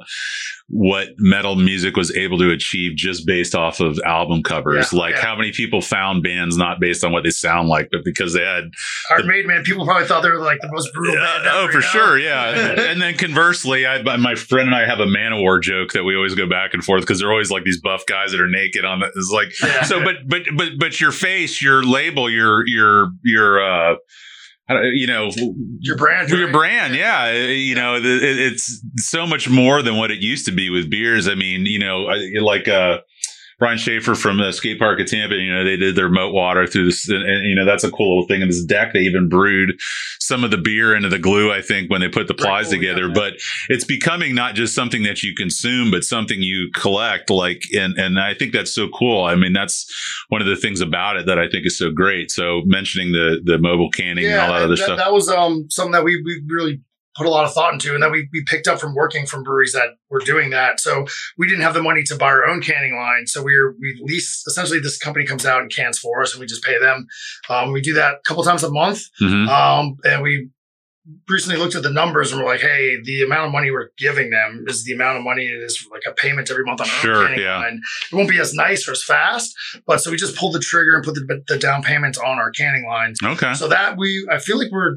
what metal music was able to achieve just based off of album covers. Yeah, like, yeah. how many people found bands not based on what they sound like, but because they had our maid man, people probably thought they were like the most brutal. yeah, band oh, ever, for you know? sure, yeah. and then conversely, I my- my friend and I have a Manowar joke that we always go back and forth because they're always like these buff guys that are naked on the. It's like Yeah. so, but but but but your face, your label, your your your uh I don't- you know, Your brand. your right? brand yeah Uh, you know the, it, it's so much more than what it used to be with beers i mean you know I- like uh Brian Schaefer from the skate park at Tampa, you know, they did their moat water through this, and, and, you know, that's a cool little thing in this deck. They even brewed some of the beer into the glue, I think, when they put the Right. plies Oh, yeah. together. But it's becoming not just something that you consume, but something you collect. Like, and, and I think that's so cool. I mean, that's one of the things about it that I think is so great. So mentioning the, the mobile canning and all that other that, stuff. that was um something that we we really put a lot of thought into, and that we we picked up from working from breweries that were doing that. So we didn't have the money to buy our own canning line, so we were we lease essentially this company comes out and cans for us, and we just pay them. Um, we do that a couple times a month. Mhm. Um, and we recently looked at the numbers and we're like, hey, the amount of money we're giving them is the amount of money it is for like a payment every month on our own Sure, canning yeah. line. It won't be as nice or as fast, but so we just pulled the trigger and put the, the down payment on our canning line. Okay. So that we, I feel like we're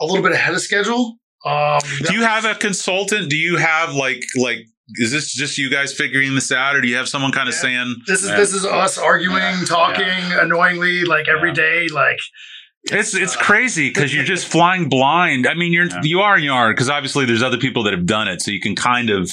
a little bit ahead of schedule. Um, do you have a consultant do you have like like is this just you guys figuring this out or do you have someone kind of Yeah. saying This is Yeah. this is us arguing, Yeah, talking annoyingly, like every Yeah. day, like it's it's uh, crazy because you're just flying blind i mean you're Yeah. you are and you are because obviously there's other people that have done it so you can kind of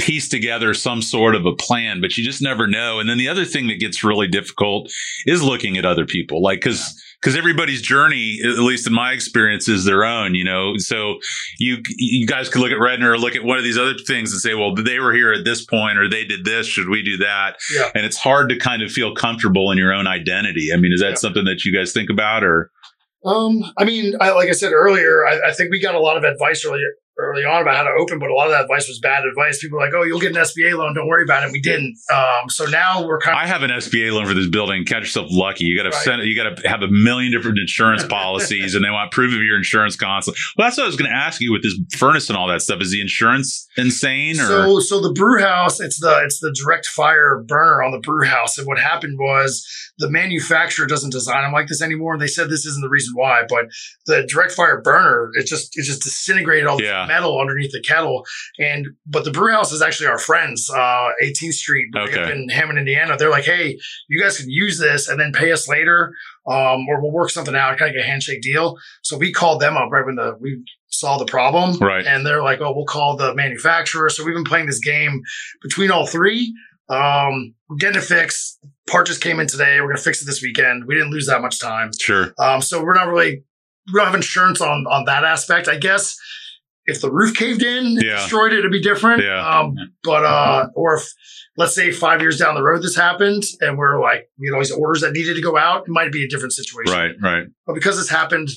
piece together some sort of a plan but you just never know and then the other thing that gets really difficult is looking at other people like because because everybody's journey, at least in my experience, is their own. You know, so you you guys could look at Redner, or look at one of these other things, and say, well, they were here at this point, or they did this. Should we do that? Yeah. And it's hard to kind of feel comfortable in your own identity. I mean, is that Yeah. something that you guys think about, or Um, I mean, I, like I said earlier, I, I think we got a lot of advice early early on about how to open, but a lot of that advice was bad advice. People were like, "Oh, you'll get an SBA loan. Don't worry about it." We didn't. Um, so now we're kind of I have an SBA loan for this building. Count yourself lucky. You got to Right. send. You got to have a million different insurance policies, and they want proof of your insurance constantly. Well, that's what I was going to ask you with this furnace and all that stuff. Is the insurance insane, or So, so the brew house, it's the it's the direct fire burner on the brew house. And what happened was the manufacturer doesn't design them like this anymore. And they said this isn't the reason why, but the direct fire burner, it just it just disintegrated all the Yeah. metal underneath the kettle. And but the brew house is actually our friends, uh, 18th Street brewery Okay. up in Hammond, Indiana. They're like, hey, you guys can use this and then pay us later, um, or we'll work something out, kind of like a handshake deal. So we called them up right when the we saw the problem. Right. And they're like, oh, we'll call the manufacturer. So we've been playing this game between all three. Um, we're getting it fixed. Part just came in today. We're gonna fix it this weekend. We didn't lose that much time. sure? Um, so we're not really we don't have insurance on on that aspect. I guess if the roof caved in, and Yeah. destroyed it, it'd be different. Yeah. Um, but uh, or if let's say five years down the road this happened and we're like we had all these orders that needed to go out, it might be a different situation. Right, right. But because this happened,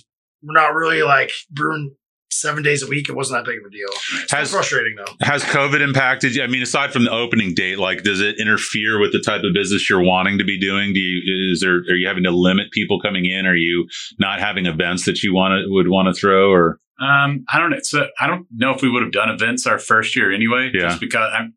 we're not really like brewing seven days a week. It wasn't that big of a deal. It's Has- frustrating though. Has COVID impacted you? I mean, aside from the opening date, like, does it interfere with the type of business you're wanting to be doing? Do you is there are you having to limit people coming in? Are you not having events that you want to would want to throw? Or Um, I don't know. So I don't know if we would have done events our first year anyway. Yeah. Just because I'm,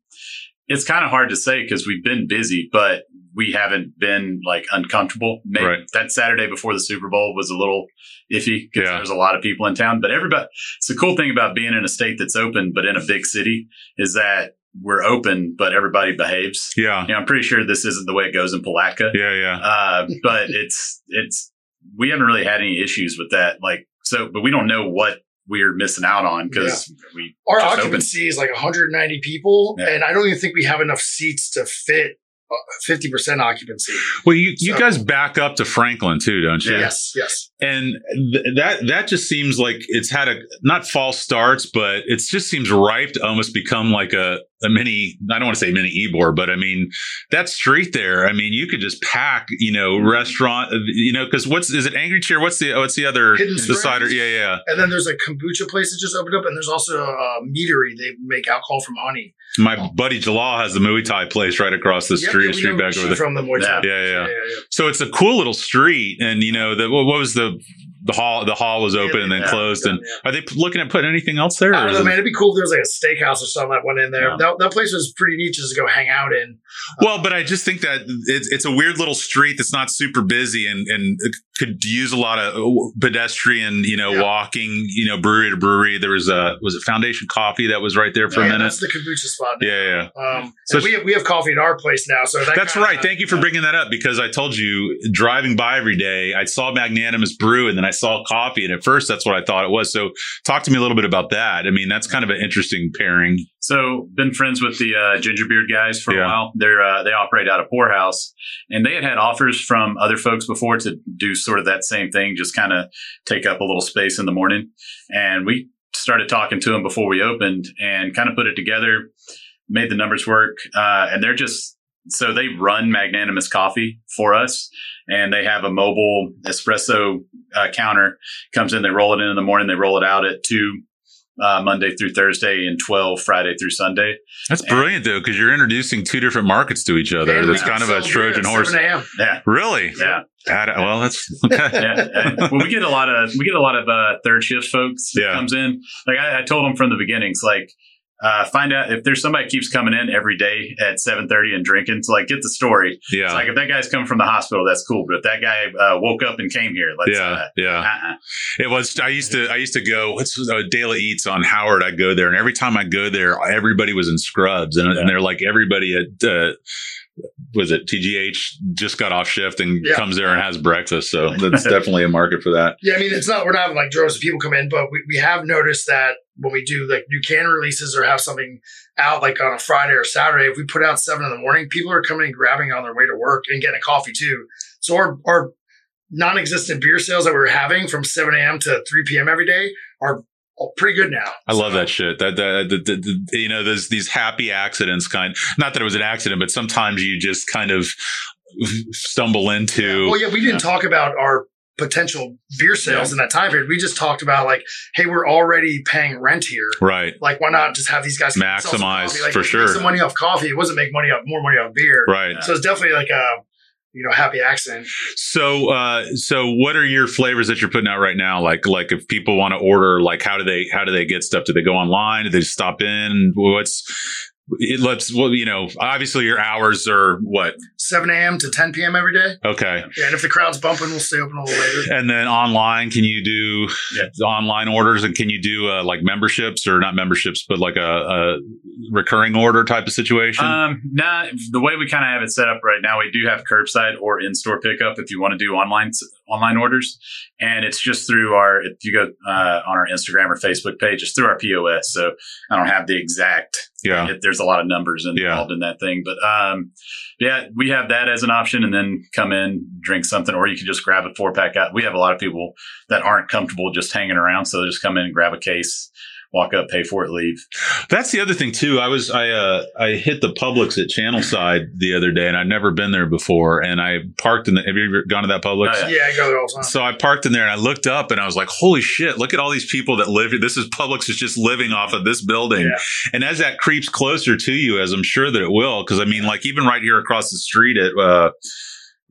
it's kind of hard to say because we've been busy, but we haven't been like uncomfortable. Maybe Right. That Saturday before the Super Bowl was a little iffy because Yeah. there's a lot of people in town. But everybody, it's the cool thing about being in a state that's open, but in a big city, is that we're open, but everybody behaves. yeah, You know, I'm pretty sure this isn't the way it goes in Palatka. yeah, yeah. Uh, but it's it's we haven't really had any issues with that. Like so, but we don't know what we're missing out on because we Our just opened. occupancy is like 190 people, Yeah. and I don't even think we have enough seats to fit uh, 50% occupancy. Well, you you So- guys back up to Franklin too, don't you? Yeah. Yes, yes. and th- that that just seems like it's had a not false starts, but it just seems ripe to almost become like a a mini. I don't want to say mini Ebor, but I mean that street there. I mean, you could just pack, you know, restaurant, you know, because what's is it Angry Cheer? What's the what's the other Hidden the Springs. cider? Yeah, yeah. And then there's a kombucha place that just opened up, and there's also a meadery. They make alcohol from honey. My buddy Jalal has the Muay Thai place right across the Oh. Yep, street, yeah, we street know back she over there. From the Muay Yeah, Thai. yeah, yeah. yeah, yeah. So it's a cool little street, and you know the what what was the the hall? The hall was open Yeah, and then yeah, closed. yeah, and yeah. are they p- looking at putting anything else there? I or don't is know, it- man. It'd be cool if there was like a steakhouse or something that went in there. Yeah. That, that place was pretty neat just to go hang out in. Well, but I just think that it's, it's a weird little street that's not super busy and, and could use a lot of pedestrian, you know, Yeah. walking, you know, brewery to brewery. There was a, was it Foundation Coffee that was right there for Yeah, a minute? That's the kombucha spot. now. Yeah, yeah. Um, So and we have, we have coffee at our place now, so that That's kinda- right. Thank you for bringing that up because I told you driving by every day, I saw Magnanimous Brew and then I saw coffee, and at first that's what I thought it was. So, talk to me a little bit about that. I mean, that's kind of an interesting pairing. So been friends with the uh, ginger beard guys for Yeah. a while. They're uh, they operate out of Poorhouse, and they had had offers from other folks before to do sort of that same thing, just kind of take up a little space in the morning. And we started talking to them before we opened, and kind of put it together, made the numbers work, uh, and they're just so they run magnanimous coffee for us and they have a mobile espresso uh, counter comes in they roll it in in the morning they roll it out at 2 uh, monday through thursday and 12 friday through sunday That's brilliant though, because you're introducing two different markets to each other. And we That's can kind of a sell Trojan beer at horse. 7 a.m.. yeah Really? yeah, That- well, that's okay. yeah. And- well, we get a lot of we get a lot of uh, third shift folks that Yeah. comes in. Like I, I told them from the beginnings, like uh, find out if there's somebody keeps coming in every day at seven thirty and drinking. So like get the story. It's yeah, like if that guy's coming from the hospital, that's cool. But if that guy uh, woke up and came here, let's yeah, uh, yeah. uh-uh. It was. I used to. I used to go. What's uh, Daily Eats on Howard? I go there, and every time I go there, everybody was in scrubs, and, and they're like everybody at uh, was it TGH just got off shift and Yeah. comes there and has breakfast. So that's definitely a market for that. Yeah, I mean, it's not, we're not having like droves of people come in, but we, we have noticed that when we do like new can releases or have something out like on a Friday or Saturday, if we put out seven in the morning, people are coming and grabbing on their way to work and getting a coffee too. So our, our non existent beer sales that we were having from 7 a.m. to 3 p.m. every day are all pretty good now. I love that shit. That, that, that, that- you know, there's these happy accidents kind. Not that it was an accident, but sometimes you just kind of stumble into. Well, yeah, we didn't talk about our potential beer sales in that time period. We just talked about like, hey, we're already paying rent here. Right. Like, why not just have these guys sell some Maximize, coffee? for make sure. Some money off coffee. It wasn't make money off more money off beer. Right. So it's definitely like a you know happy accident. So, uh, so what are your flavors that you're putting out right now? Like, like if people want to order, like how do they how do they get stuff? Do they go online? Do they just stop in? What's it lets well, you know, obviously your hours are what? 7 a.m. to 10 p.m. every day. Okay. Yeah, and if the crowd's bumping, we'll stay open a little later. And then online, can you do online orders and can you do uh, like memberships or not memberships, but like a, a recurring order type of situation? Um, nah, the way we kind of have it set up right now, we do have curbside or in store pickup if you want to do online online orders, and it's just through our if you go uh, on our Instagram or Facebook page, it's through our POS. So I don't have the exact. yeah. If there's a lot of numbers Yeah. involved in that thing, but um, yeah, we have that as an option, and then come in, drink something, or you can just grab a four pack out. We have a lot of people that aren't comfortable just hanging around, so they just come in, grab a case, walk up, pay for it, leave. That's the other thing too. I was I uh I hit the Publix at Channel Side the other day, and I'd never been there before. And I parked in the. Have you ever gone to that Publix? Oh, Yeah, I go there all the time. So I parked in there and I looked up and I was like, "Holy shit! Look at all these people that live here. This is Publix is just living off of this building." Yeah. And as that creeps closer to you, as I'm sure that it will, because I mean, like even right here across the street at uh,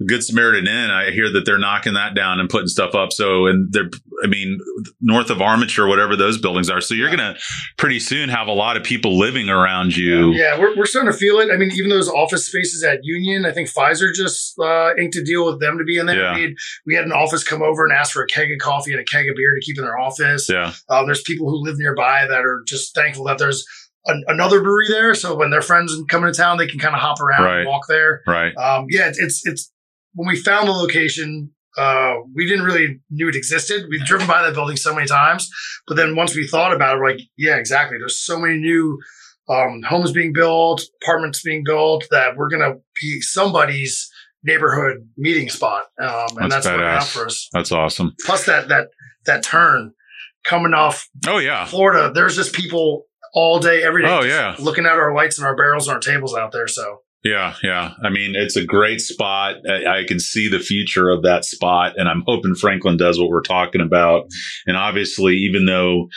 Good Samaritan Inn, I hear that they're knocking that down and putting stuff up. So, and they're, I mean, north of Armature, whatever those buildings are. So you're gonna pretty soon have a lot of people living around you. Yeah, we're, we're starting to feel it. I mean, even those office spaces at Union, I think Pfizer just uh, inked a deal with them to be in there. Yeah. We, had, we had an office come over and ask for a keg of coffee and a keg of beer to keep in their office. Yeah. Um, there's people who live nearby that are just thankful that there's an, another brewery there. So when their friends come into town, they can kind of hop around Right. and walk there. Right. Um, yeah, it's, it's it's when we found the location, uh, we didn't really knew it existed. We've driven by that building so many times, but then once we thought about it, we're like, yeah, exactly. There's so many new um, homes being built, apartments being built that we're gonna be somebody's neighborhood meeting spot, um, and That's that's working out badass. for us. That's awesome. Plus that that that turn coming off Oh yeah. Florida, there's just people all day, every day. Oh, just yeah. looking at our lights and our barrels and our tables out there. So Yeah, yeah. I mean, it's a great spot. I, I can see the future of that spot, and I'm hoping Franklin does what we're talking about. And obviously, even though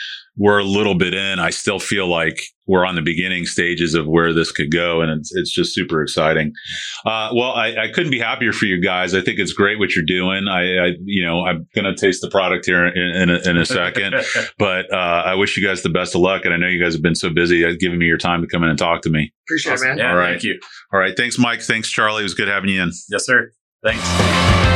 we're a little bit in, I still feel like we're on the beginning stages of where this could go, and it's, it's just super exciting. Uh, well, I, I couldn't be happier for you guys. I think it's great what you're doing. I, I you know, I'm gonna taste the product here in, in, a, in a second, but uh, I wish you guys the best of luck. And I know you guys have been so busy uh, giving me your time to come in and talk to me. appreciate Awesome. it, man. Yeah, All right. thank you. All right. Thanks, Mike. Thanks, Charlie. It was good having you in. Yes, sir. Thanks.